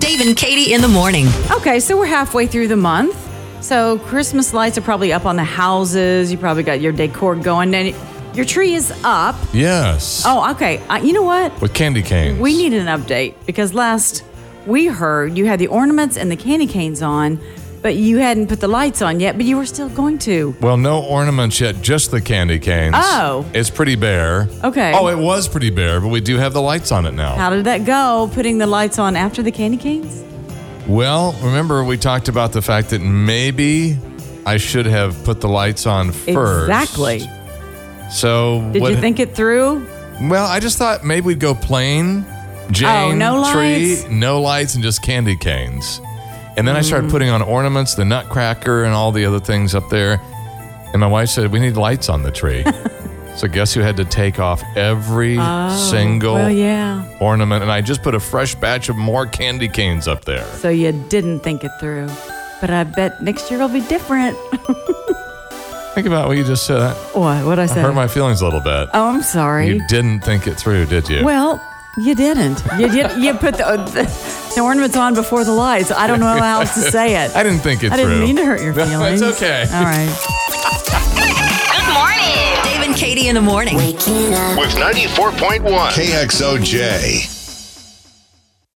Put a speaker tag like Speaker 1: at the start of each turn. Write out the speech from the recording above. Speaker 1: Dave and Katie in the morning.
Speaker 2: Okay, so we're halfway through the month. So Christmas lights are probably up on the houses. You probably got your decor going, and your tree is up.
Speaker 3: Yes.
Speaker 2: Oh, okay. Uh, you know what?
Speaker 3: With candy canes.
Speaker 2: We need an update because last we heard you had the ornaments and the candy canes on, but you hadn't put the lights on yet. But you were still going to.
Speaker 3: Well, no ornaments yet, just the candy canes.
Speaker 2: Oh.
Speaker 3: It's pretty bare.
Speaker 2: Okay.
Speaker 3: Oh, it was pretty bare, but we do have the lights on it now.
Speaker 2: How did that go? Putting the lights on after the candy canes?
Speaker 3: Well, remember we talked about the fact that maybe I should have put the lights on first.
Speaker 2: Exactly.
Speaker 3: So
Speaker 2: Did
Speaker 3: what,
Speaker 2: you think it through?
Speaker 3: Well, I just thought maybe we'd go plain Jane
Speaker 2: Oh, no
Speaker 3: tree,
Speaker 2: lights?
Speaker 3: no lights, and just candy canes. And then I
Speaker 2: Mm.
Speaker 3: started putting on ornaments, the nutcracker, and all the other things up there. And my wife said, "We need lights on the tree." so guess who had to take off every single
Speaker 2: Oh, Well, yeah.
Speaker 3: ornament? And I just put a fresh batch of more candy canes up there.
Speaker 2: So you didn't think it through. But I bet next year will be different.
Speaker 3: Think about what you just said. That
Speaker 2: what? What I say?
Speaker 3: hurt my feelings a little bit.
Speaker 2: oh, I'm sorry.
Speaker 3: You didn't think it through, did you?
Speaker 2: Well, you didn't. You did. You put the, the, the ornaments on before the lights. I don't know how else to say it.
Speaker 3: I didn't think it
Speaker 2: I
Speaker 3: through.
Speaker 2: didn't mean to hurt your
Speaker 3: No, it's
Speaker 2: feelings.
Speaker 3: okay.
Speaker 2: All right.
Speaker 4: Good morning.
Speaker 1: Dave and Katie in the morning.
Speaker 5: With 94.1 KXOJ.